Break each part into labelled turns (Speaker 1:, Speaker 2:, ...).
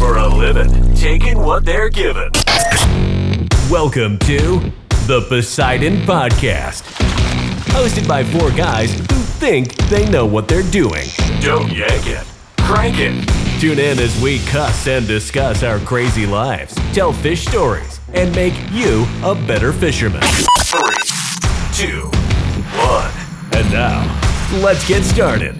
Speaker 1: living, taking what they're given. Welcome to the Poseidon Podcast, hosted by four guys who think they know what they're doing. Don't yank it, crank it. Tune in as we cuss and discuss our crazy lives, tell fish stories, and make you a better fisherman. Three, two, one. And now, let's get started.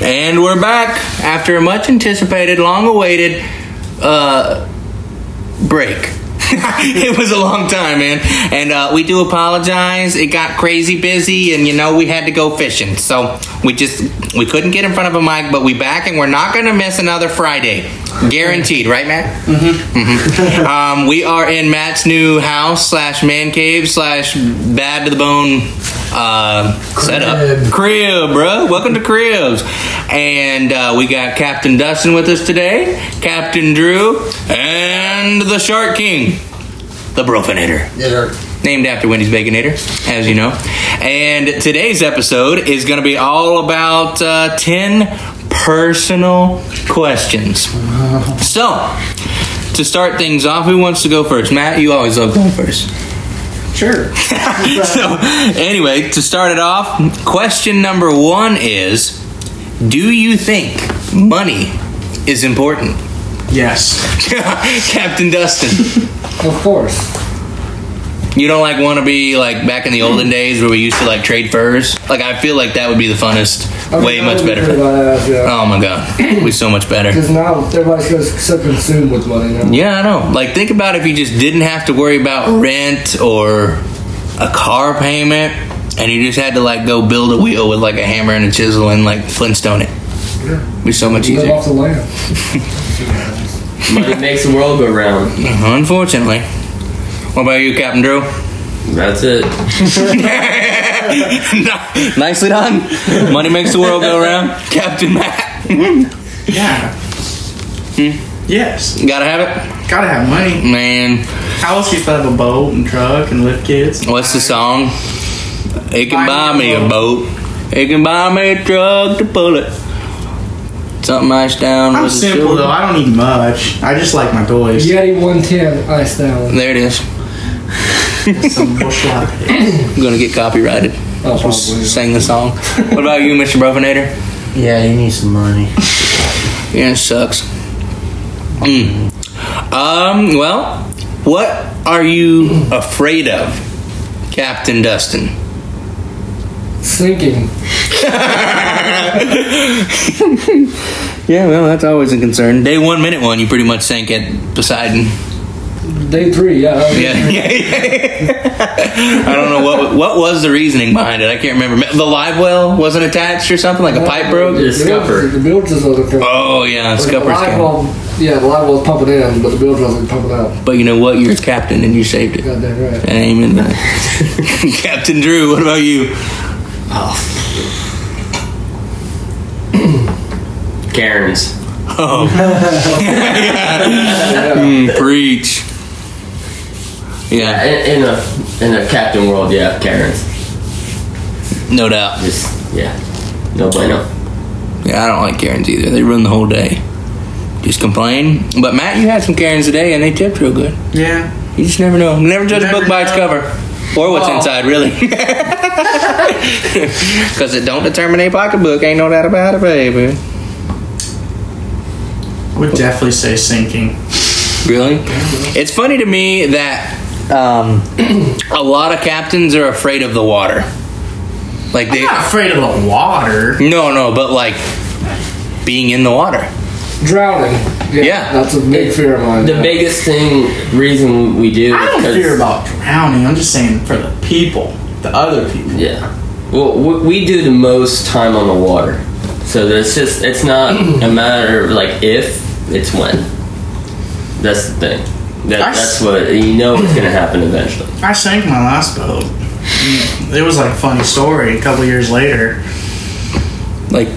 Speaker 2: And we're back after a much anticipated, long awaited uh, break. it was a long time, man. And uh, we do apologize. It got crazy busy, and you know, we had to go fishing. So we just, we couldn't get in front of a mic, but we back, and we're not going to miss another Friday. Guaranteed, right, Matt? Mm-hmm. um, we are in Matt's new house slash man cave slash bad to the bone uh, setup.
Speaker 3: Crib.
Speaker 2: Crib, bro. Welcome to Cribs. And uh, we got Captain Dustin with us today, Captain Drew, and the Shark King, the Brofinator.
Speaker 3: Yeah.
Speaker 2: Named after Wendy's Baconator, as you know. And today's episode is going to be all about uh, 10 personal questions. So, to start things off, who wants to go first? Matt, you always love going first
Speaker 3: Sure.
Speaker 2: so, anyway, to start it off, question number one is Do you think money is important?
Speaker 4: Yes.
Speaker 2: Captain Dustin,
Speaker 3: of course.
Speaker 2: you don't like want to be like back in the olden days where we used to like trade furs? Like, I feel like that would be the funnest, way much better.
Speaker 3: Because
Speaker 2: Oh my god, it would be so much better.
Speaker 3: now everybody's so, so consumed with money now.
Speaker 2: Yeah, I know. Like, think about if you just didn't have to worry about rent or a car payment, and you just had to like go build a wheel with like a hammer and a chisel and like flintstone it. Be so much
Speaker 3: Live
Speaker 2: easier.
Speaker 3: off the land.
Speaker 4: Money makes the world go round.
Speaker 2: Uh-huh, Unfortunately. What about you, Captain Drew?
Speaker 4: That's it.
Speaker 2: Nicely done. Money makes the world go round. Captain Matt.
Speaker 5: Yeah. Yes.
Speaker 2: Gotta have
Speaker 5: Gotta have
Speaker 2: it.
Speaker 5: money.
Speaker 2: Man,
Speaker 5: How else you have a boat and truck and lift kids?
Speaker 2: what's the song? It can buy me a boat. It can buy me a truck to pull it. Something iced down.
Speaker 5: I'm
Speaker 2: with a
Speaker 5: simple
Speaker 2: silver-
Speaker 5: though. I don't need much. I just like my toys.
Speaker 3: Yeti 110 ice down.
Speaker 2: There it is.
Speaker 5: Some bushel out there.
Speaker 2: I'm gonna get copyrighted.
Speaker 3: Oh, probably.
Speaker 2: Sing the song. What about you, Mr. Brofinator?
Speaker 4: Yeah, you need some money.
Speaker 2: Yeah, it sucks. Mm. Um. Well, what are you afraid of, Captain Dustin?
Speaker 3: Sinking.
Speaker 2: Yeah, well, that's always a concern. Day one, minute one, you pretty much sank at Poseidon.
Speaker 3: Day three, yeah. that was-
Speaker 2: Yeah, yeah, yeah. I don't know what what was the reasoning behind it. I can't remember. The live well wasn't attached or something, like a pipe
Speaker 3: The
Speaker 2: broke.
Speaker 4: Yes. scupper.
Speaker 3: bilge- The bilge is other problem.
Speaker 2: Oh yeah,
Speaker 3: the
Speaker 2: scupper's
Speaker 3: live
Speaker 2: gone.
Speaker 3: well, Yeah, the live well's pumping in, but the bilge wasn't pumping out.
Speaker 2: But you know what? You're a captain, and you saved it.
Speaker 3: Goddamn right.
Speaker 2: Amen. Captain Drew, what about you?
Speaker 4: Karen's.
Speaker 2: Oh. Mm, preach. Yeah,
Speaker 4: Yeah, Uh, in, in a in a captain world, yeah, Karen's.
Speaker 2: no doubt.
Speaker 4: Just yeah, no bueno.
Speaker 2: Yeah, I don't like Karens either. They ruin the whole day. Just complain. But Matt, you had some Karens today, and they tipped real good.
Speaker 5: Yeah.
Speaker 2: You just never know. Never judge a
Speaker 5: Never
Speaker 2: book by its
Speaker 5: know.
Speaker 2: cover, or what's
Speaker 5: Oh.
Speaker 2: inside, really. Because it don't determine a pocketbook. Ain't no doubt about it, baby.
Speaker 5: Would definitely say sinking.
Speaker 2: Really? It's funny to me that um, a lot of captains are afraid of the water. Like they,
Speaker 5: I'm not afraid of the water.
Speaker 2: no, no, but like being in the water.
Speaker 3: Drowning. Yeah.
Speaker 2: Yeah.
Speaker 3: That's a big fear of mine.
Speaker 4: The
Speaker 3: yeah.
Speaker 4: biggest thing reason we do.
Speaker 5: I
Speaker 4: is
Speaker 5: don't
Speaker 4: 'cause-
Speaker 5: fear about drowning. I'm just saying for the people, the other people.
Speaker 4: Yeah. Well, w- we do the most time on the water, so it's just it's not a matter of like if, it's when. That's the thing. That,
Speaker 5: I
Speaker 4: that's
Speaker 5: s-
Speaker 4: what you know is going to happen eventually.
Speaker 5: I sank my last boat. It was like a funny story. A couple years later,
Speaker 2: Like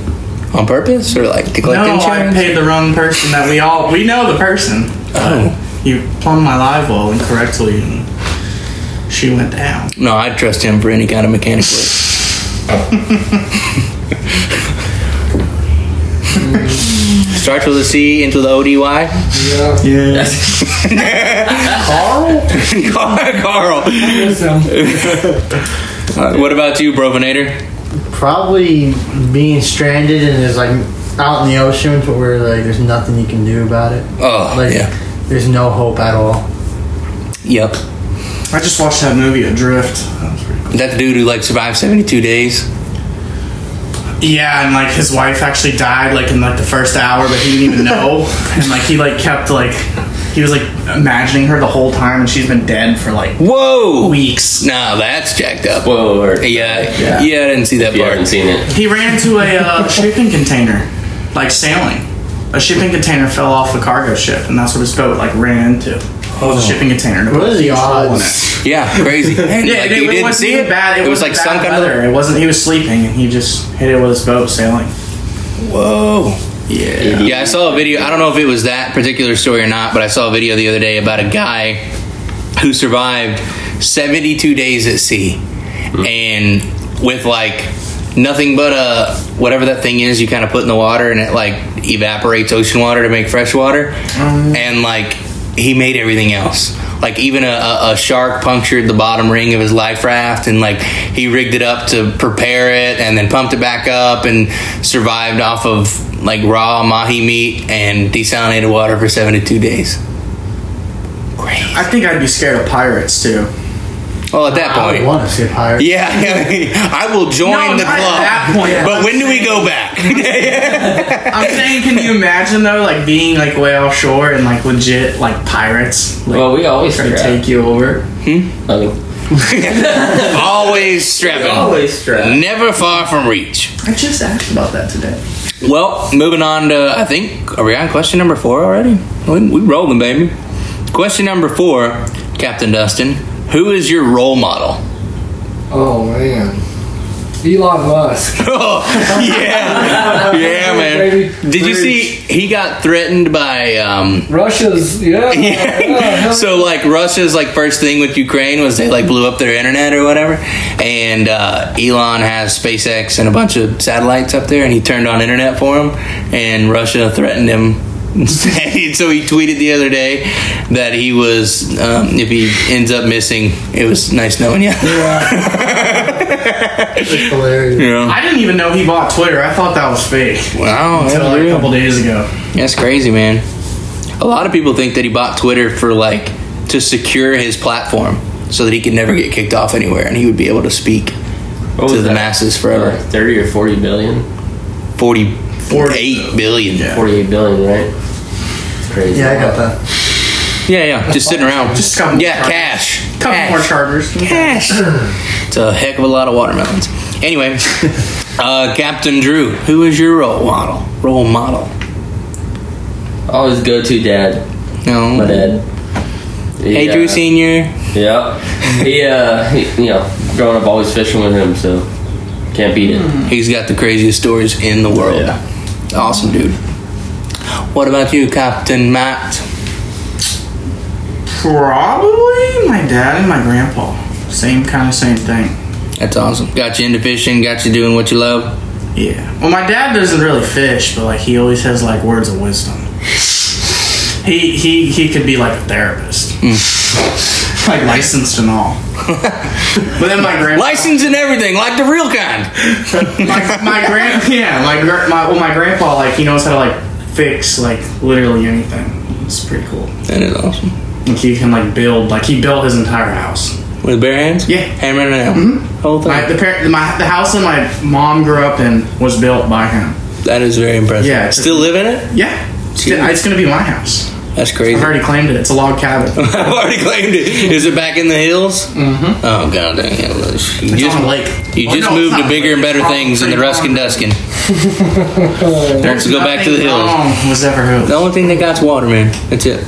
Speaker 2: on purpose or like to collect
Speaker 5: no, I
Speaker 2: insurance?
Speaker 5: paid the wrong person that we all we know the person.
Speaker 2: Oh.
Speaker 5: You plumbed my live well incorrectly and she went down.
Speaker 2: No, I trust him for any kind of mechanic work. Starts with a C, ends with O D Y.
Speaker 3: Yeah.
Speaker 5: Yeah.
Speaker 4: That's,
Speaker 3: Carl?
Speaker 2: Carl.
Speaker 3: Listen.
Speaker 2: Uh, what about you, Brofinator?
Speaker 6: Probably being stranded and there's like out in the ocean to where like there's nothing you can do about it.
Speaker 2: Oh,
Speaker 6: like,
Speaker 2: yeah.
Speaker 6: There's no hope at all.
Speaker 2: Yep.
Speaker 5: I just watched that movie Adrift. That was pretty cool.
Speaker 2: That dude who like survived seventy-two days.
Speaker 5: Yeah, and like his wife actually died like in like the first hour, but he didn't even know. and like he like kept like he was like imagining her the whole time, and she's been dead for like
Speaker 2: Whoa.
Speaker 5: Oh, weeks.
Speaker 2: Nah, that's jacked up.
Speaker 4: whoa, whoa, whoa.
Speaker 2: Yeah, yeah,
Speaker 5: Yeah.
Speaker 2: I didn't see that
Speaker 4: If you haven't
Speaker 2: part.
Speaker 4: seen it,
Speaker 5: He ran into a uh, shipping container, like sailing. A shipping container fell off a cargo ship, and that's what his boat like ran into. It was a shipping container.
Speaker 6: What are the
Speaker 5: odds?
Speaker 2: yeah, crazy. Man,
Speaker 5: Yeah,
Speaker 2: like,
Speaker 5: it,
Speaker 2: you
Speaker 5: it
Speaker 2: didn't
Speaker 5: wasn't
Speaker 2: see
Speaker 5: even
Speaker 2: it.
Speaker 5: bad. It,
Speaker 2: was like
Speaker 5: wasn't
Speaker 2: sunk
Speaker 5: bad
Speaker 2: under.
Speaker 5: weather. It wasn't. He was sleeping, and he just hit it with his boat sailing.
Speaker 2: Whoa.
Speaker 5: Yeah.
Speaker 2: Yeah, I saw a video. I don't know if it was that particular story or not, but I saw a video the other day about a guy who survived 72 days at sea and with like nothing but a whatever that thing is you kind of put in the water and it like evaporates ocean water to make fresh water. And like he made everything else. Like even a, a, a shark punctured the bottom ring of his life raft, and like he rigged it up to prepare it, and then pumped it back up, and survived off of like raw mahi meat and desalinated water for seventy-two days. Great.
Speaker 5: I think I'd be scared of pirates too.
Speaker 2: Well, at that
Speaker 6: I
Speaker 2: point,
Speaker 6: want to see a pirate.
Speaker 2: yeah, I will join
Speaker 5: No,
Speaker 2: the
Speaker 5: not
Speaker 2: club.
Speaker 5: at that point,
Speaker 2: but
Speaker 5: I'm
Speaker 2: when do we go back?
Speaker 5: I'm saying, can you imagine though, like being like way offshore and like legit like pirates? Like,
Speaker 4: Well, we always
Speaker 5: try to
Speaker 4: strap.
Speaker 5: take you over.
Speaker 4: I mean,
Speaker 2: Always strapping,
Speaker 4: always strap.
Speaker 2: never far from reach.
Speaker 5: I just asked about that today.
Speaker 2: Well, moving on to I think are we on question number four already? We, we rolling, baby. Question number four, Captain Dustin. Who is your role model?
Speaker 3: Oh, man. Elon Musk.
Speaker 2: yeah, yeah, man. Did you see he got threatened by? um
Speaker 3: Russia's, yeah. Oh, yeah.
Speaker 2: so like Russia's like first thing with Ukraine was they like blew up their internet or whatever, and uh, Elon has SpaceX and a bunch of satellites up there, and he turned on internet for him, and Russia threatened him. And so he tweeted the other day that he was um, if he ends up missing, it was nice knowing you.
Speaker 6: It's hilarious.
Speaker 2: Yeah.
Speaker 5: I didn't even know he bought Twitter. I thought that was fake
Speaker 2: Wow, that's
Speaker 5: until like a
Speaker 2: real.
Speaker 5: couple days ago.
Speaker 2: That's crazy, man. A lot of people think that he bought Twitter for like to secure his platform so that he could never get kicked off anywhere and he would be able to speak
Speaker 4: What
Speaker 2: to
Speaker 4: was
Speaker 2: the
Speaker 4: that?
Speaker 2: masses
Speaker 4: Uh,
Speaker 2: forever.
Speaker 4: Thirty or forty billion.
Speaker 2: 48 billion. Yeah,
Speaker 5: Yeah.
Speaker 4: Forty-eight billion, right? It's crazy.
Speaker 6: Yeah, I got that.
Speaker 2: yeah. Just sitting around.
Speaker 5: Just a couple more
Speaker 2: Yeah,
Speaker 5: charters.
Speaker 2: cash.
Speaker 5: Couple
Speaker 2: cash.
Speaker 5: more charters.
Speaker 2: Cash. it's a heck of a lot of watermelons. Anyway, uh, Captain Drew, who is your role model? Role model.
Speaker 4: Always go to dad.
Speaker 2: No.
Speaker 4: My dad.
Speaker 2: Hey,
Speaker 4: uh, Yeah.
Speaker 2: Drew Senior.
Speaker 4: Yeah. He, uh, he, you know, growing up always fishing with him, so can't beat it.
Speaker 2: He's got the craziest stories in the world.
Speaker 4: Yeah.
Speaker 2: Awesome dude. What about you, Captain Matt?
Speaker 5: Probably my dad and my grandpa. Same kind of same thing.
Speaker 2: That's awesome. Got you into fishing, got you doing what you love.
Speaker 5: Yeah. Well, my dad doesn't really fish, but like he always has like words of wisdom. He he he could be like a therapist, like licensed and all. but then my grandpa,
Speaker 2: License and everything, like the real kind.
Speaker 5: my, my grand, yeah, my gr- my well, my grandpa like he knows how to like fix like literally anything. It's pretty cool.
Speaker 2: That is awesome.
Speaker 5: Like he can like build, like he built his entire house.
Speaker 2: With bare hands?
Speaker 5: Yeah. Mm-hmm.
Speaker 2: Hammer and nail. Whole thing.
Speaker 5: My, the par- my the house that my mom grew up in was built by him.
Speaker 2: that is very impressive.
Speaker 5: Yeah, it's-
Speaker 2: Still living it?
Speaker 5: Yeah, it's, it's gonna be my house.
Speaker 2: That's crazy.
Speaker 5: I've already claimed it. It's a log cabin.
Speaker 2: I've already claimed it. Is it back in the hills? Mm-hmm. Oh god dang it! Well, You
Speaker 5: It's
Speaker 2: just,
Speaker 5: on a lake.
Speaker 2: you
Speaker 5: Oh,
Speaker 2: just
Speaker 5: no, it's
Speaker 2: moved
Speaker 5: not
Speaker 2: to
Speaker 5: a
Speaker 2: bigger
Speaker 5: lake.
Speaker 2: and better
Speaker 5: It's
Speaker 2: things than the
Speaker 5: probably
Speaker 2: Ruskin Duskin. Wants to go back to the
Speaker 5: Nothing
Speaker 2: hills.
Speaker 5: wrong Was ever
Speaker 2: The
Speaker 5: who?
Speaker 2: only thing they got's water, man. That's it.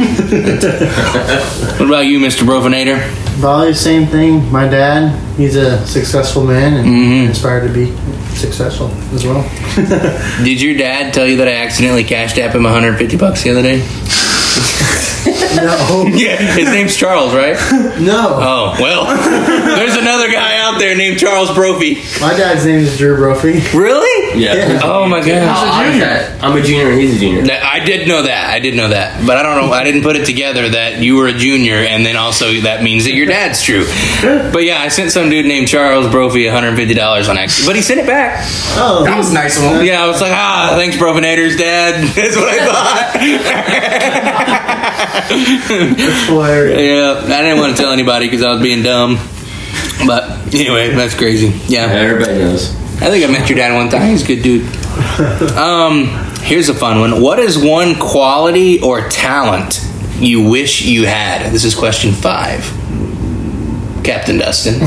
Speaker 2: What about you, Mr. Brofinator?
Speaker 6: Probably the same thing. My dad, he's a successful man and inspired to be successful as well.
Speaker 2: Did your dad tell you that I accidentally cashed app him 150 bucks the other day?
Speaker 6: No,
Speaker 2: Yeah, his name's Charles, right?
Speaker 6: no.
Speaker 2: Oh, well, there's another guy out there named Charles Brophy.
Speaker 6: My dad's name is Drew Brophy.
Speaker 2: Really?
Speaker 4: Yeah.
Speaker 6: Yeah.
Speaker 2: Oh my gosh.
Speaker 4: How odd is that? I'm a junior and he's a junior.
Speaker 2: That- I did know that. I did know that. But I don't know. I didn't put it together that you were a junior, and then also that means that your dad's true. But yeah, I sent some dude named Charles Brophy $150 on accident. But he sent it back.
Speaker 6: Oh,
Speaker 5: That was nice of him.
Speaker 2: Yeah, I was like, ah, thanks, Brovinators, Dad. That's what I thought.
Speaker 6: hilarious.
Speaker 2: yeah, I didn't want to tell anybody because I was being dumb. But anyway, that's crazy. Yeah,
Speaker 4: Everybody knows.
Speaker 2: I think I met your dad one time. He's a good dude. Um, here's a fun one. What is one quality or talent you wish you had? This is question five. Captain Dustin.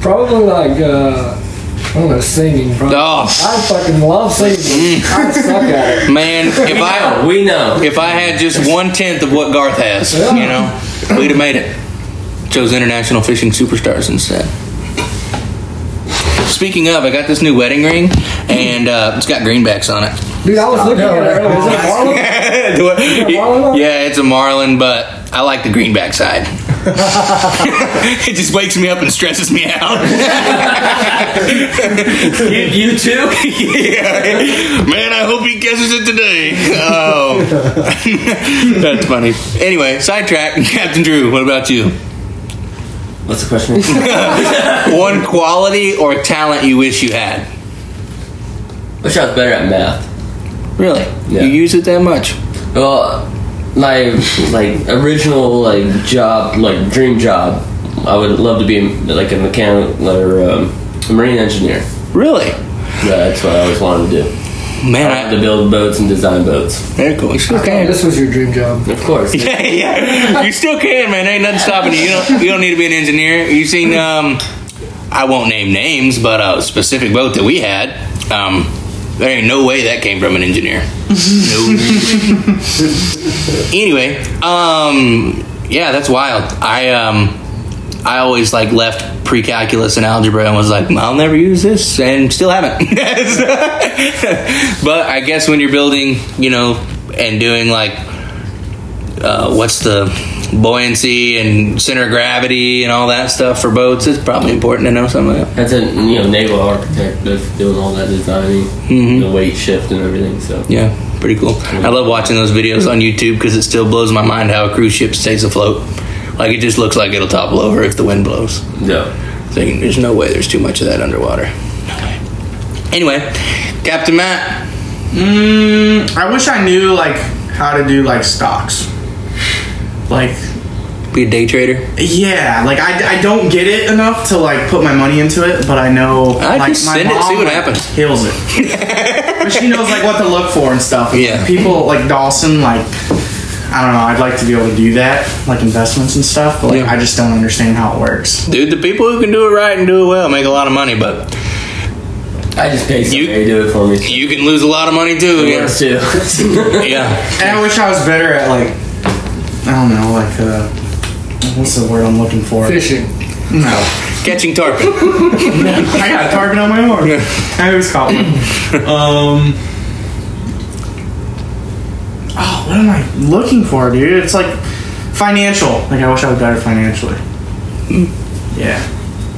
Speaker 3: Probably like, uh, I don't know, singing. Probably.
Speaker 2: Oh
Speaker 3: I fucking love singing. I suck at it.
Speaker 2: man, if I
Speaker 4: We know.
Speaker 2: If I had just one tenth of what Garth has, you know, we'd have made it. Chose international fishing superstars instead. Speaking of, I got this new wedding ring, and uh, it's got greenbacks on it.
Speaker 3: Dude, I was looking at it earlier. Is it Marlon?
Speaker 2: Do I-
Speaker 3: marlin on it?
Speaker 2: yeah, it's a marlin, but I like the greenback side. it just wakes me up and stresses me out.
Speaker 4: You, you too?
Speaker 2: Yeah. Man, I hope he guesses it today. Oh, that's funny. Anyway, sidetrack. Captain Drew, what about you?
Speaker 4: What's the question?
Speaker 2: One quality or talent you wish you had.
Speaker 4: Wish I was better at math.
Speaker 2: Really?
Speaker 4: Yeah.
Speaker 2: You use it that much?
Speaker 4: Well, my like original like job, like dream job, I would love to be like a mechanic or um, a marine engineer.
Speaker 2: Really?
Speaker 4: Yeah, that's what I always wanted to do. I
Speaker 2: Man,
Speaker 4: wanted
Speaker 2: I,
Speaker 4: to build boats and design boats.
Speaker 2: very cool. You still
Speaker 3: Damn,
Speaker 2: can.
Speaker 3: this was your dream job.
Speaker 4: Of course.
Speaker 2: Yeah, yeah. You still can, man. Ain't nothing stopping you. You don't, you don't need to be an engineer. You seen? Um, I won't name names, but a specific boat that we had. Um, there ain't no way that came from an engineer. No. anyway, um, yeah, that's wild. I um, I always like left pre-calculus and algebra and was like, I'll never use this, and still haven't. but I guess when you're building, you know, and doing like uh, what's the buoyancy and center of gravity and all that stuff for boats. It's probably important to know something. Like that.
Speaker 4: That's a you know naval architect that's doing all that designing,
Speaker 2: Mm-hmm.
Speaker 4: the weight shift and everything. So
Speaker 2: Yeah, pretty cool. I love watching those videos on YouTube because it still blows my mind how a cruise ship stays afloat. Like it just looks like it'll topple over if the wind blows.
Speaker 4: yeah.
Speaker 2: Thinking there's no way there's too much of that underwater. No way. Anyway, Captain Matt.
Speaker 5: Mm, I wish I knew like how to do like stocks. Like
Speaker 2: Be a day trader.
Speaker 5: yeah, like I, I don't get it enough to like put my money into it, but I know
Speaker 2: I
Speaker 5: like
Speaker 2: just send it, see what happens.
Speaker 5: Kills it, but she knows like what to look for and stuff. And, like,
Speaker 2: Yeah.
Speaker 5: people like Dawson, like I don't know. I'd like to be able to do that, like investments and stuff, but like
Speaker 2: Yeah.
Speaker 5: I just don't understand how it works.
Speaker 2: Dude, the people who can do it right and do it well make a lot of money, but
Speaker 4: I just pay
Speaker 2: You-
Speaker 4: somebody to do it for me.
Speaker 2: you can lose a lot of money too. Yeah.
Speaker 4: Yeah, too.
Speaker 2: yeah.
Speaker 5: And I wish I was better at like I don't know, like uh, what's the word I'm looking for?
Speaker 3: Fishing.
Speaker 5: No.
Speaker 2: Catching tarpon.
Speaker 5: I got a target on my arm. I always caught one. Um. Oh, what am I looking for, dude? It's like financial. Like I wish I was better financially. Yeah,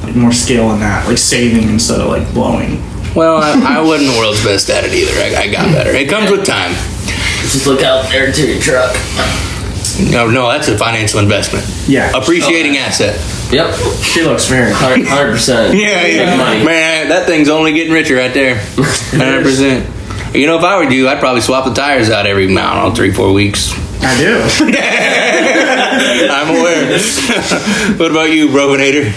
Speaker 5: like more skill in that, like saving instead of like blowing.
Speaker 2: Well, I, I wasn't the world's best at it either. I, I got better. It comes with time.
Speaker 4: just look out there to your truck.
Speaker 2: No, no, that's a financial investment.
Speaker 5: Yeah,
Speaker 2: Appreciating asset.
Speaker 4: Yep,
Speaker 5: she looks very.
Speaker 4: hundred percent. Money.
Speaker 2: Man, that thing's only getting richer right there. 100%. You know, if I were you, I'd probably swap the tires out every, I don't know, three, four weeks.
Speaker 5: I do.
Speaker 2: I'm aware. what about you, Brovenator?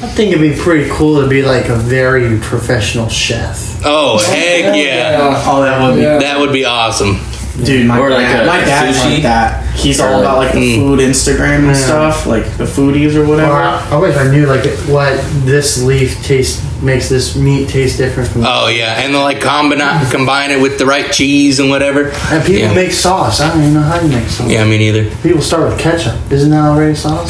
Speaker 6: I think it'd be pretty cool to be like a very professional chef.
Speaker 2: Oh, heck yeah.
Speaker 3: Yeah.
Speaker 5: Oh, that would be.
Speaker 3: Yeah.
Speaker 2: That would be awesome.
Speaker 5: Dude, my
Speaker 4: Or like
Speaker 5: dad,
Speaker 4: a
Speaker 5: my dad's
Speaker 4: sushi.
Speaker 5: like that. He's
Speaker 4: Or
Speaker 5: all about like the
Speaker 2: like-
Speaker 5: food Instagram and
Speaker 6: Mm. Yeah.
Speaker 5: stuff, like the foodies or whatever.
Speaker 6: Well, I, I wish I knew like what this leaf tastes makes this meat taste different from.
Speaker 2: Oh yeah, and they'll like combine combine it with the right cheese and whatever.
Speaker 6: and people
Speaker 2: yeah.
Speaker 6: make sauce. I don't even know how you make sauce.
Speaker 2: Yeah, me neither.
Speaker 6: People start with ketchup. Isn't that already sauce?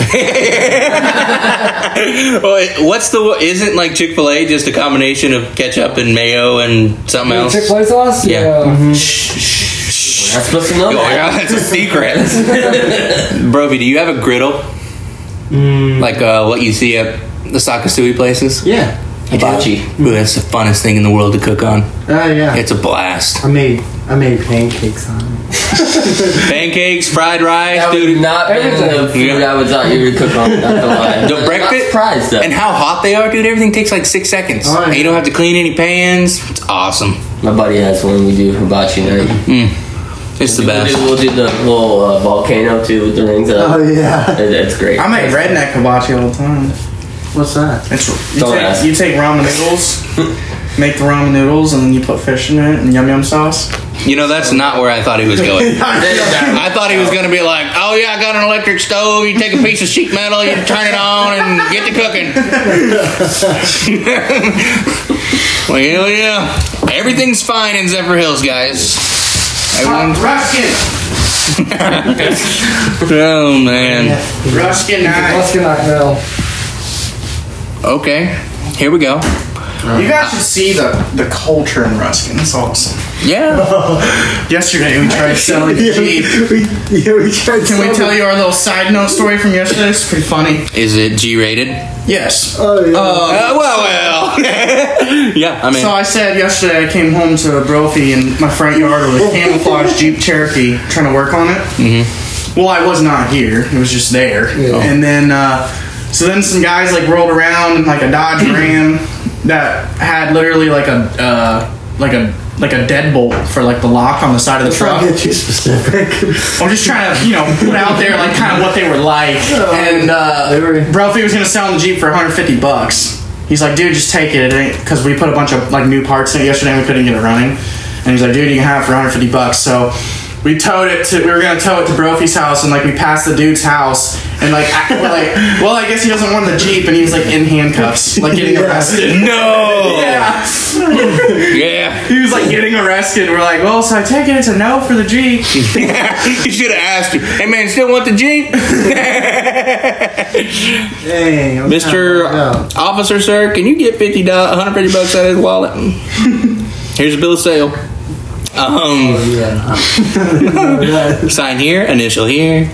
Speaker 2: Well, what's the isn't like Chick Fil A just a combination of ketchup and mayo and something else?
Speaker 3: Chick Fil A sauce.
Speaker 2: Yeah.
Speaker 4: We're not supposed to know
Speaker 2: Oh my
Speaker 4: that.
Speaker 2: god, it's a secret. Broby, do you have a griddle? Like uh, what you see at the Sakasui places?
Speaker 6: Mm. yeah.
Speaker 4: Hibachi.
Speaker 2: Ooh, that's the funnest thing in the world to cook on.
Speaker 6: Oh yeah.
Speaker 2: It's a blast.
Speaker 6: I made I made pancakes on it.
Speaker 2: Pancakes, fried rice,
Speaker 4: That would
Speaker 2: dude.
Speaker 4: not been the
Speaker 2: Everything.
Speaker 4: food I would thought you would cook on. Not gonna lie.
Speaker 2: The
Speaker 4: Not
Speaker 2: breakfast-
Speaker 4: surprised though.
Speaker 2: And how hot they are, dude. Everything takes like six seconds.
Speaker 6: Oh, yeah.
Speaker 2: And you don't have to clean any pans. It's awesome.
Speaker 4: My buddy has one. We do hibachi
Speaker 2: Mm-hmm.
Speaker 4: night.
Speaker 2: It's the
Speaker 4: We'll
Speaker 2: best.
Speaker 4: do, we'll do the little uh, volcano too with the rings up.
Speaker 6: Oh yeah.
Speaker 4: It- it's great.
Speaker 5: I make redneck hibachi all the time.
Speaker 6: What's that?
Speaker 5: It's, you,
Speaker 4: Don't
Speaker 5: take,
Speaker 4: ask.
Speaker 5: you take ramen noodles, make the ramen noodles, and then you put fish in it and yum yum sauce.
Speaker 2: You know, that's not where I thought he was going. I thought he was going to be like, oh, yeah, I got an electric stove. You take a piece of sheet metal, you turn it on, and get to cooking. well, hell yeah. Everything's fine in Zephyr Hills, guys.
Speaker 4: Uh,
Speaker 2: Everyone's.
Speaker 5: Ruskin,
Speaker 2: Oh, man.
Speaker 5: Ruskin, night.
Speaker 3: Ruskin Knockville.
Speaker 2: Okay. Here we go.
Speaker 5: You
Speaker 6: Uh-huh.
Speaker 5: guys should see the the culture in Ruskin. It's awesome.
Speaker 2: Yeah.
Speaker 5: Yesterday we tried selling the Jeep.
Speaker 6: we, yeah, we tried
Speaker 5: Can we tell you our little side note story from yesterday? It's pretty funny.
Speaker 2: Is it G rated?
Speaker 5: Yes.
Speaker 6: Oh yeah.
Speaker 2: Uh, well, well. yeah, I mean.
Speaker 5: So I said yesterday I came home to Brophy in my front yard with a camouflage Jeep Cherokee trying to work on it. Mm-hmm. Well, I was not here; it was just there. And then, uh, so then some guys like rolled around in like a Dodge Ram that had literally like a uh, like a like a deadbolt for like the lock on the side of the
Speaker 6: Try
Speaker 5: truck.
Speaker 6: to get too specific.
Speaker 5: I'm just trying to, you know, put out there like kind of what they were like. And
Speaker 6: They were-
Speaker 5: uh, Brophy was gonna sell the Jeep for 150 bucks. He's like, dude, just take it. It ain't because we put a bunch of like new parts in it yesterday and we couldn't get it running. And he's like, dude, you can have it for 150 bucks. So we towed it to. We were gonna tow it to Brophy's house and like we passed the dude's house and like I- we're like, well, I guess he doesn't want the Jeep and he's like in handcuffs, like getting arrested.
Speaker 2: no!
Speaker 5: Yeah.
Speaker 2: Yeah.
Speaker 5: He was like getting arrested. We're like, well, so I take it. It's a no for the Jeep.
Speaker 2: you should have asked him. Hey, man, still want the Jeep?
Speaker 6: Dang. I'm
Speaker 2: Mr.
Speaker 6: kinda
Speaker 2: Officer, sir, can you get 50 150 bucks out of his wallet? Here's a bill of sale. Um,
Speaker 6: bummed out.
Speaker 2: sign here, initial here.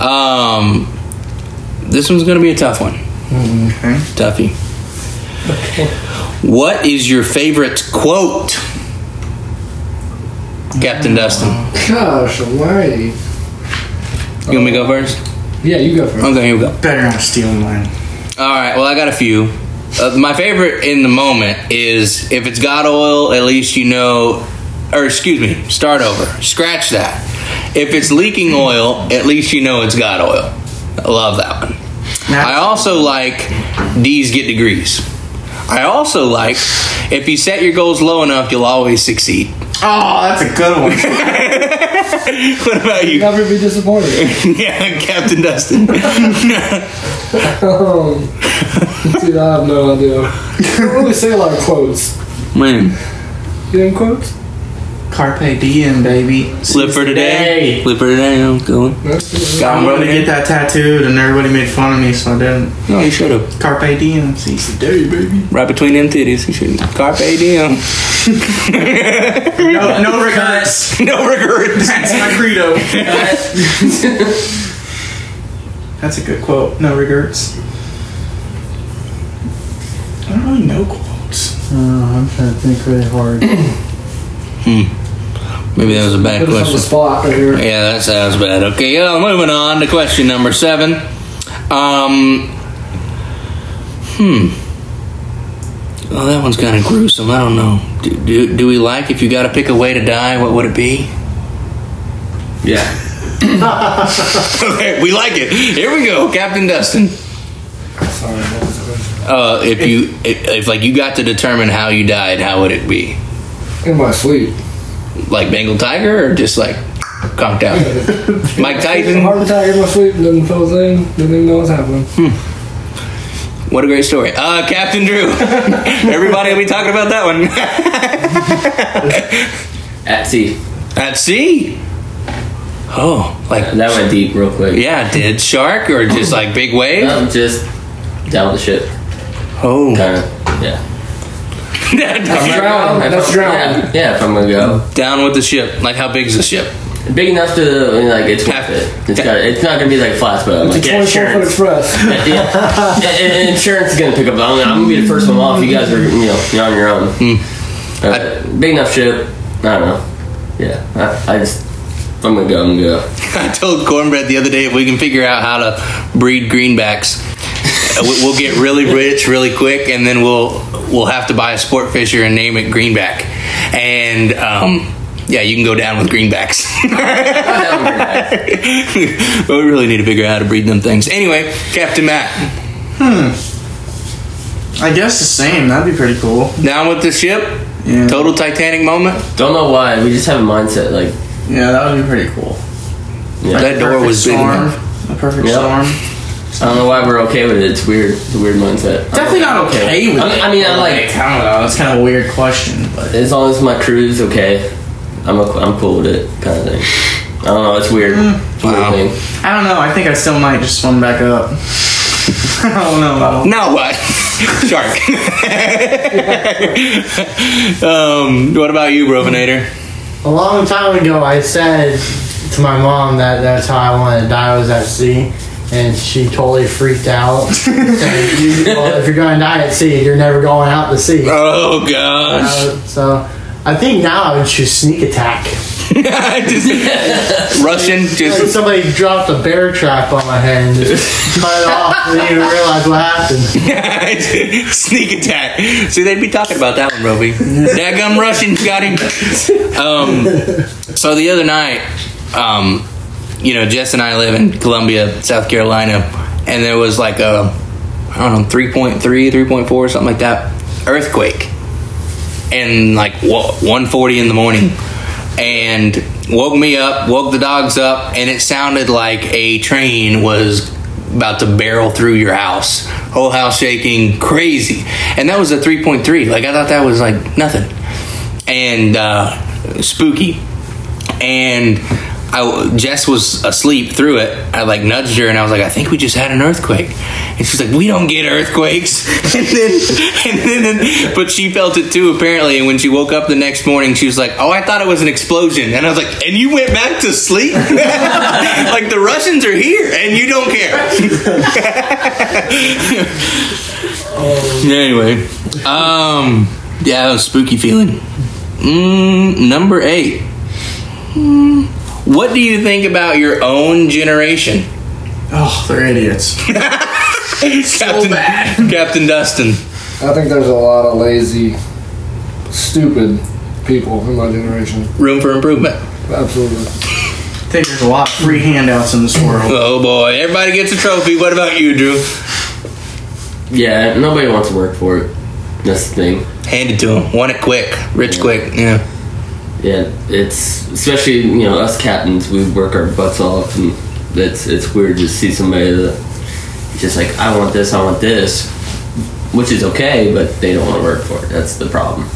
Speaker 2: Um, this one's going to be a tough one. Tuffy. What is your favorite quote, Captain Dustin?
Speaker 3: Gosh, almighty.
Speaker 2: You want me to go first?
Speaker 3: Yeah, you go first.
Speaker 2: Okay, here we go.
Speaker 5: Better not steal mine.
Speaker 2: All right. Well, I got a few. Uh, my favorite in the moment is if it's got oil, at least you know. Or excuse me, start over. Scratch that. If it's leaking oil, at least you know it's got oil. I love that one. I also like D's get degrees. I also like if you set your goals low enough, you'll always succeed.
Speaker 5: Oh, that's a good one.
Speaker 2: what about you,
Speaker 3: Never be disappointed.
Speaker 2: yeah, Captain Dustin?
Speaker 3: Um, dude, I have no idea. I don't really say a lot of quotes.
Speaker 2: Man,
Speaker 3: You in quotes?
Speaker 5: Carpe diem, baby.
Speaker 2: live for today. Live for today. I'm going.
Speaker 5: I wanted to get that tattooed, and everybody made fun of me, so I didn't.
Speaker 2: No, you should have.
Speaker 5: Carpe diem, seize the day, baby.
Speaker 2: Right between them titties. You should carpe diem.
Speaker 5: No, no regrets.
Speaker 2: no regrets.
Speaker 5: That's my credo. That's a good quote. No regrets. I don't really know quotes.
Speaker 6: Oh, I'm trying to think really hard.
Speaker 2: Maybe that was a bad
Speaker 3: Put us on the
Speaker 2: question.
Speaker 3: spot right here.
Speaker 2: Yeah, that sounds bad. Okay, uh, moving on to question number seven. Um, hmm. Oh, that one's kind of gruesome. I don't know. Do, do, do we like if you got to pick a way to die? What would it be?
Speaker 4: yeah.
Speaker 2: okay, we like it. Here we go, Captain Dustin.
Speaker 3: Sorry, what was the question?
Speaker 2: Uh, if you if, if like you got to determine how you died, how would it be?
Speaker 3: In my sleep.
Speaker 2: Like Bengal tiger or just like conked out? Mike Tyson.
Speaker 3: Heart attack in my sleep, and then the whole thing, didn't even know what's happening.
Speaker 2: What a great story. Uh, Captain Drew. Everybody will be talking about that one.
Speaker 4: At sea.
Speaker 2: At sea. Oh, like
Speaker 4: That went deep real quick.
Speaker 2: yeah, did shark or just like big wave?
Speaker 4: Um, just down with the ship.
Speaker 2: Oh,
Speaker 4: Kind of. Yeah.
Speaker 3: Drown. That's drown.
Speaker 4: Yeah, yeah, if I'm gonna go.
Speaker 2: down with the ship. Like how big is the ship?
Speaker 4: Big enough to, like, it's worth it. It's, got, it's not gonna be like flats, but I'm like,
Speaker 3: It's a
Speaker 4: yeah,
Speaker 3: 24 foot
Speaker 4: insurance.
Speaker 3: express.
Speaker 4: yeah. And, and insurance is gonna pick up. I'm gonna, I'm gonna be the first one off. You guys are, you know, you're on your own. Uh, big enough ship. I don't know. Yeah. I, I just, if I'm gonna go, I'm gonna go.
Speaker 2: I told Cornbread the other day if we can figure out how to breed greenbacks, uh, we- we'll get really rich really quick, and then we'll we'll have to buy a sport fisher and name it greenback. And um, yeah, you can go down with greenbacks. but we really need to figure out how to breed them things. Anyway, Captain Matt,
Speaker 5: I guess the same. That'd be pretty cool.
Speaker 2: down with the ship.
Speaker 5: Yeah.
Speaker 2: Total Titanic moment.
Speaker 4: Don't know why. We just have a mindset like
Speaker 5: Yeah, that would be pretty cool.
Speaker 4: yeah.
Speaker 2: That door
Speaker 5: Perfect
Speaker 2: was big.
Speaker 5: storm.
Speaker 2: enough.
Speaker 5: A perfect
Speaker 4: Yep.
Speaker 5: storm.
Speaker 4: I don't know why we're okay with it. It's weird. It's a weird mindset.
Speaker 5: Definitely not okay with
Speaker 4: I mean-
Speaker 5: it.
Speaker 4: I mean, I
Speaker 5: but,
Speaker 4: like-
Speaker 5: I don't know. That's kind of a weird question, but
Speaker 4: As long as my crew's okay, I'm i I'm cool with it kind of thing. I don't know. It's weird. It's a weird
Speaker 2: Wow.
Speaker 4: thing.
Speaker 5: I don't know. I think I still might just swim back up. I don't know. about-
Speaker 2: Now what? uh, Shark. um, what about you, Brovenator?
Speaker 6: A long time ago, I said to my mom that that's how I wanted to die was at sea, and she totally freaked out. Said, "You- well, if you're going to die at sea, you're never going out to sea.
Speaker 2: Oh gosh.
Speaker 6: Uh, so I think now I would choose sneak attack.
Speaker 2: Just- Russian,
Speaker 6: Like
Speaker 2: just
Speaker 6: somebody dropped a bear trap on my head and just cut it off, and didn't even realize what happened.
Speaker 2: sneak attack. See, they'd be talking about that one, Roby. that gum Russian got him. Um, so the other night, um, you know, Jess and I live in Columbia, South Carolina, and there was like a, I don't know, 3.3, 3.4, or something like that, earthquake. and like wa- 1.40 in the morning and woke me up woke the dogs up and it sounded like a train was about to barrel through your house whole house shaking crazy and that was a 3.3 like i thought that was like nothing and uh, spooky and I, Jess was asleep through it. I like nudged her and I was like, I think we just had an earthquake. And she's like, We don't get earthquakes. And then, and then, but she felt it too apparently. And when she woke up the next morning, she was like, Oh, I thought it was an explosion. And I was like, And you went back to sleep? like the Russians are here and you don't care. anyway, um, yeah, that was a spooky feeling. Mm, number eight. What do you think about your own generation?
Speaker 5: Oh, they're idiots.
Speaker 2: Captain, Captain Dustin.
Speaker 3: I think there's a lot of lazy, stupid people in my generation.
Speaker 2: Room for improvement.
Speaker 3: Absolutely.
Speaker 5: I think there's a lot of free handouts in this world.
Speaker 2: Oh boy, everybody gets a trophy. What about you, Drew?
Speaker 4: Yeah. Nobody wants to work for it. That's the thing.
Speaker 2: Hand it to him. Want it quick. Rich quick. Yeah.
Speaker 4: Yeah. It's especially you know us captains. We work our butts off, and it's it's weird to see somebody that just like I want this, I want this, which is okay, but they don't want to work for it. That's the problem.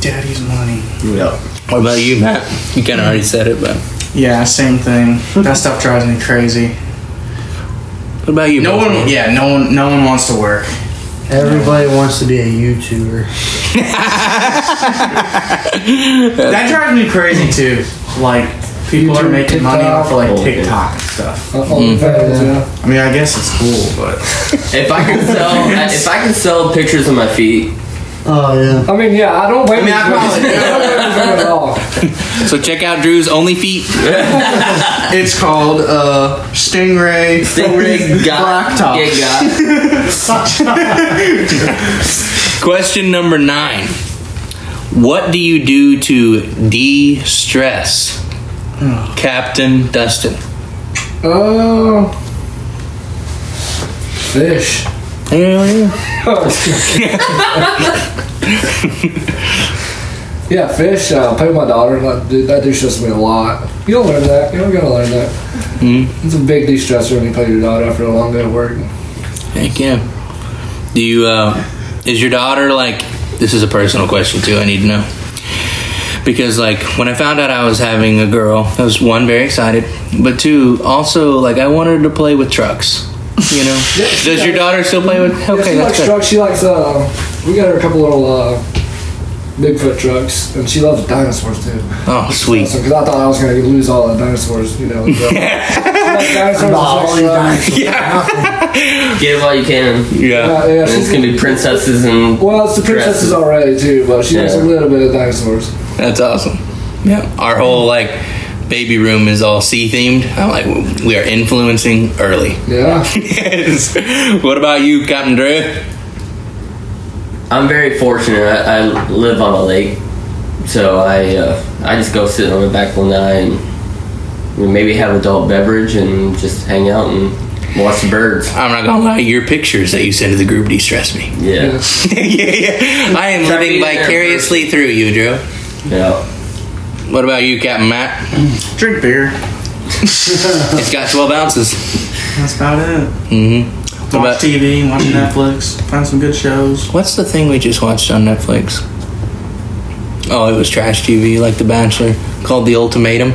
Speaker 5: Daddy's money.
Speaker 4: Yeah.
Speaker 2: What about you, Matt? You kind of already said it, but
Speaker 5: Yeah, same thing. That stuff drives me crazy.
Speaker 2: what about you?
Speaker 5: No
Speaker 2: Bill?
Speaker 5: one. Yeah, no one. No one wants to work.
Speaker 6: Everybody wants to be a YouTuber.
Speaker 5: That drives me crazy too. Like people are
Speaker 3: YouTube,
Speaker 5: making money
Speaker 3: TikTok.
Speaker 5: off of like
Speaker 4: Oh, yeah.
Speaker 5: TikTok and stuff.
Speaker 3: I follow Uh, the fans, you know?
Speaker 5: I mean, I guess it's cool, but
Speaker 4: If I can sell, if I can sell pictures of my feet,
Speaker 6: Oh yeah.
Speaker 3: I mean, yeah, I don't blame
Speaker 5: I mean,
Speaker 3: these
Speaker 5: I probably
Speaker 3: guys. I don't blame these guys at all.
Speaker 2: So check out Drew's Only Feet.
Speaker 5: it's called uh, Stingray.
Speaker 4: Stingray got,
Speaker 5: Blacktop.
Speaker 4: get got.
Speaker 2: Question number nine. What do you do to de-stress,
Speaker 5: Oh.
Speaker 2: Captain Dustin?
Speaker 3: Oh. Fish.
Speaker 2: Hell yeah.
Speaker 3: Oh, Yeah, fish. Uh, play with my daughter. That dude, that dude stresses me a lot. You don't learn that. You don't gotta learn that.
Speaker 5: Mm.
Speaker 3: It's a big de-stressor when you play with your daughter after a long day at work.
Speaker 2: Heck yeah. Do you, uh, is your daughter like, this is a personal question too, I need to know. Because, like, when I found out I was having a girl, I was one, very excited, but two, also, like, I wanted her to play with trucks. You know? Does your daughter still play with?
Speaker 3: Yeah,
Speaker 2: Okay,
Speaker 3: she likes
Speaker 2: that's good.
Speaker 3: trucks. She likes. Uh, we got her a couple little uh, Bigfoot trucks, and she loves dinosaurs too.
Speaker 2: Oh, sweet.
Speaker 3: Because I thought I was gonna lose all the dinosaurs, you know. so- She likes dinosaurs,
Speaker 6: The
Speaker 3: she
Speaker 6: Holly
Speaker 3: likes trucks.
Speaker 6: dinosaur.
Speaker 4: Give all you can.
Speaker 2: Yeah.
Speaker 3: Yeah, yeah,
Speaker 4: And it's
Speaker 3: she's,
Speaker 4: gonna be princesses and
Speaker 3: well, it's the princesses
Speaker 4: dresses.
Speaker 3: already too, but she likes a
Speaker 4: Yeah.
Speaker 3: little bit of dinosaurs.
Speaker 2: That's awesome. Yeah. Our whole, like, baby room is all sea themed. I'm like, we are influencing early.
Speaker 3: Yeah.
Speaker 2: Yes. What about you, Captain Drew?
Speaker 4: I'm very fortunate. I, I live on a lake, so I uh, I just go sit on the back lanai and you know, maybe have adult beverage and just hang out and watch the birds.
Speaker 2: I'm not gonna lie, your pictures that you send to the group de stress me.
Speaker 4: Yeah,
Speaker 2: yeah, yeah. I am living
Speaker 4: Happy
Speaker 2: vicariously through you, Drew.
Speaker 4: yeah.
Speaker 2: What about you, Captain Matt?
Speaker 5: Drink beer.
Speaker 2: It's got 12 ounces.
Speaker 5: That's about it.
Speaker 2: Mm-hmm.
Speaker 5: Watch
Speaker 2: about-
Speaker 5: TV, watch Netflix, find some good shows.
Speaker 2: What's the thing we just watched on Netflix? Oh, it was trash TV, like The Bachelor, called The Ultimatum.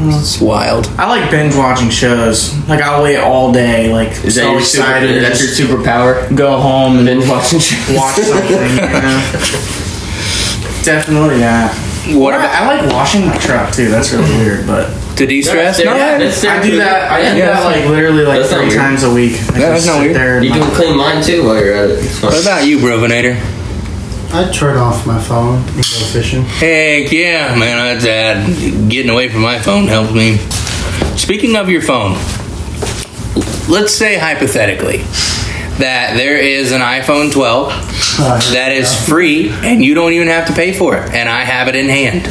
Speaker 2: It's wild.
Speaker 5: I like binge watching shows. Like I'll wait all day, like
Speaker 4: Is that
Speaker 5: so
Speaker 4: your
Speaker 5: excited.
Speaker 4: super,
Speaker 5: to
Speaker 4: That's
Speaker 5: just
Speaker 4: your superpower.
Speaker 5: go home and
Speaker 4: Been watching.
Speaker 5: watch something. you know? Definitely, yeah.
Speaker 2: What
Speaker 5: But
Speaker 2: about
Speaker 5: I, I like washing my truck too. That's really weird, but
Speaker 2: to de stress?
Speaker 4: There-
Speaker 2: No,
Speaker 4: yeah,
Speaker 2: that-
Speaker 4: that's
Speaker 5: I do
Speaker 4: there.
Speaker 5: that. I do
Speaker 2: Yeah,
Speaker 5: that
Speaker 2: that's
Speaker 5: like literally like
Speaker 4: that's not
Speaker 5: three
Speaker 4: weird.
Speaker 5: times a week. I
Speaker 2: Yeah, that's
Speaker 5: just
Speaker 2: not
Speaker 5: sit
Speaker 2: weird.
Speaker 5: there and
Speaker 4: You
Speaker 5: like-
Speaker 4: can clean mine too while you're at it. It's fine.
Speaker 2: what about you, Brovenator?
Speaker 6: I turn off my phone and go fishing.
Speaker 2: Heck yeah, man. That's that. Getting away from my phone helps me. Speaking of your phone, let's say hypothetically that there is an iPhone 12
Speaker 6: Uh,
Speaker 2: that is free and you don't even have to pay for it, and I have it in hand.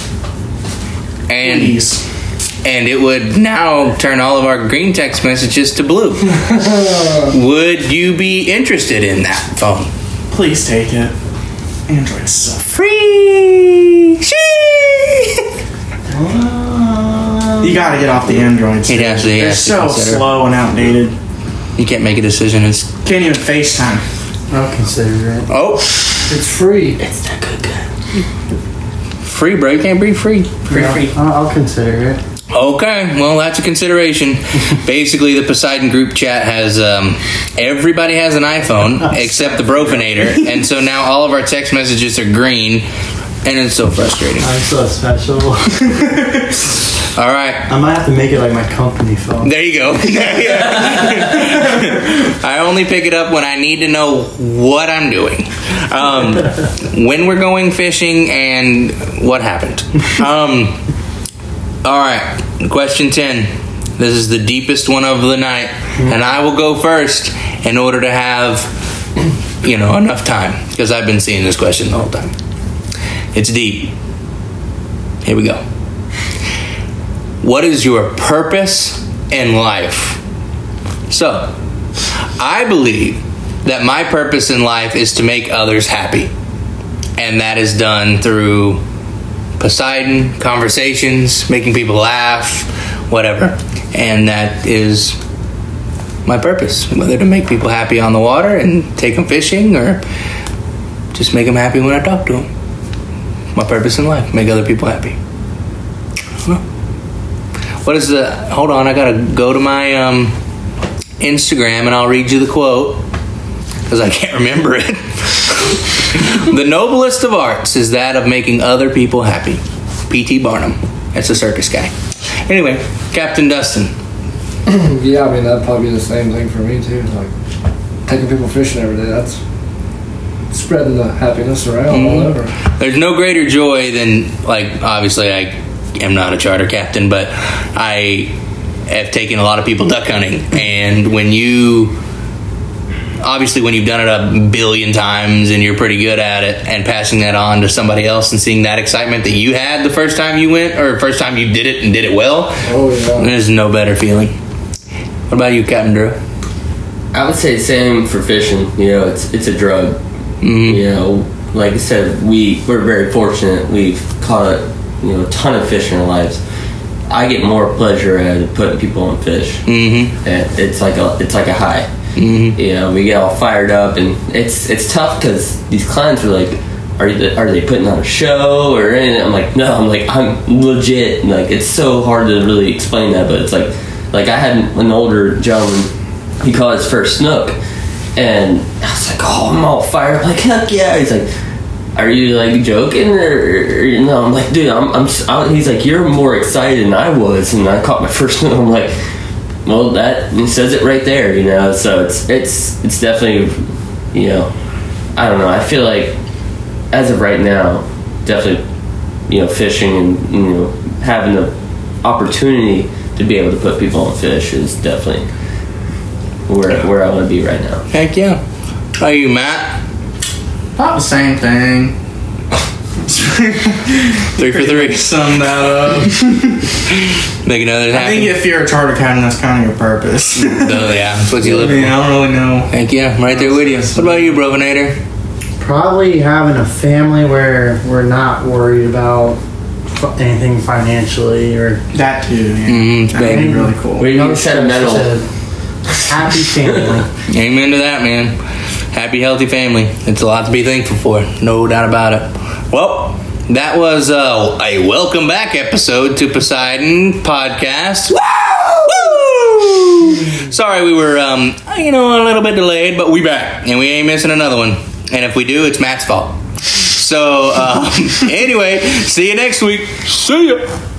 Speaker 2: And
Speaker 5: Please.
Speaker 2: and it would now turn all of our green text messages to blue. would you be interested in that phone?
Speaker 5: Please take it. Android sucks.
Speaker 2: Free.
Speaker 4: Um,
Speaker 5: You gotta get off the Androids.
Speaker 2: He'd
Speaker 5: dude.
Speaker 2: actually- he
Speaker 5: They're
Speaker 2: has to
Speaker 5: so
Speaker 2: consider.
Speaker 5: slow and outdated.
Speaker 2: You can't make a decision. It's
Speaker 5: Can't even FaceTime.
Speaker 6: I'll consider it.
Speaker 2: Oh,
Speaker 3: It's free.
Speaker 2: free, bro. You can't be free. Free, free.
Speaker 6: I'll, I'll consider it.
Speaker 2: Okay, well, that's a consideration. Basically, the Poseidon group chat has um, everybody has an iPhone except the Brofinator, and so now all of our text messages are green, and it's so frustrating.
Speaker 6: I'm so special. I
Speaker 2: All right,
Speaker 6: might have to make it like my company phone.
Speaker 2: there you go. I only pick it up when I need to know what I'm doing, um, when we're going fishing, and what happened. Um, all right, question 10. This is the deepest one of the night, and I will go first in order to have, you know, enough time because I've been seeing this question the whole time. It's deep. Here we go. What is your purpose in life? So, I believe that my purpose in life is to make others happy. And that is done through Poseidon, conversations, making people laugh, whatever. And that is my purpose, whether to make people happy on the water and take them fishing or just make them happy when I talk to them. My purpose in life, make other people happy. What is the? Hold on, I gotta go to my um, Instagram and I'll read you the quote because I can't remember it. the noblest of arts is that of making other people happy. P.T. Barnum. That's a circus guy. Anyway, Captain Dustin.
Speaker 3: Yeah, I mean that'd probably be the same thing for me too. Like taking people fishing every day. That's spreading the happiness around all
Speaker 4: Mm-hmm.
Speaker 3: over.
Speaker 2: There's no greater joy than like obviously I am not a charter captain, but I have taken a lot of people duck hunting, and when you obviously when you've done it a billion times and you're pretty good at it and passing that on to somebody else and seeing that excitement that you had the first time you went or first time you did it and did it well
Speaker 3: Oh yeah.
Speaker 2: there's no better feeling what about you captain drew
Speaker 4: Mm-hmm. I would say same for fishing. You know, it's it's a drug. You know, like I said, we we're very fortunate. We've caught a you know a ton of fish in our lives. I get more pleasure out of putting people on fish. Mm-hmm. And it's like a it's like a high. Mm-hmm. You know, we get all fired up, and it's it's tough because these clients are like, are they, are they putting on a show or anything? I'm like, no, I'm like I'm legit. And like it's so hard to really explain that, but it's like like I had an older gentleman. He caught his first snook, and I was like, oh, I'm all fired up. Like heck yeah! He's like. Are you like joking or, or no? I'm like, dude, I'm, I'm, s- I- He's like, you're more excited than I was, and I caught my first one. I'm like, well, that it says it right there, you know. So it's it's it's definitely, you know, I don't know. I feel like as of right now, definitely, you know, fishing and you know having the opportunity to be able to put people on fish is definitely where where I want to be right now.
Speaker 2: Heck yeah. How are you, Matt?
Speaker 5: About the same thing.
Speaker 2: Three for three.
Speaker 5: Sum that up.
Speaker 2: Make another
Speaker 5: I think
Speaker 2: happen.
Speaker 5: if you're a charter captain, that's kind of your purpose. I
Speaker 2: Oh, yeah, that's what you live
Speaker 5: mean,
Speaker 2: for.
Speaker 5: I don't really know.
Speaker 2: Heck yeah, I'm right there with you. What about you, Brovenator?
Speaker 6: Probably having a family where we're not worried about fi- anything financially or
Speaker 5: That too. Yeah.
Speaker 2: Mm,
Speaker 5: That would be
Speaker 2: babe.
Speaker 5: really cool.
Speaker 4: We
Speaker 6: No
Speaker 4: need sentimental.
Speaker 6: stress, just a happy family.
Speaker 2: Amen to that, man. Happy, healthy family. It's a lot to be thankful for, no doubt about it. Well, that was uh, a welcome back episode to Poseidon Podcast. Woo! Sorry, we were, um, you know, a little bit delayed, but we back, and we ain't missing another one. And if we do, it's Matt's fault. So, um, anyway, see you next week. See ya.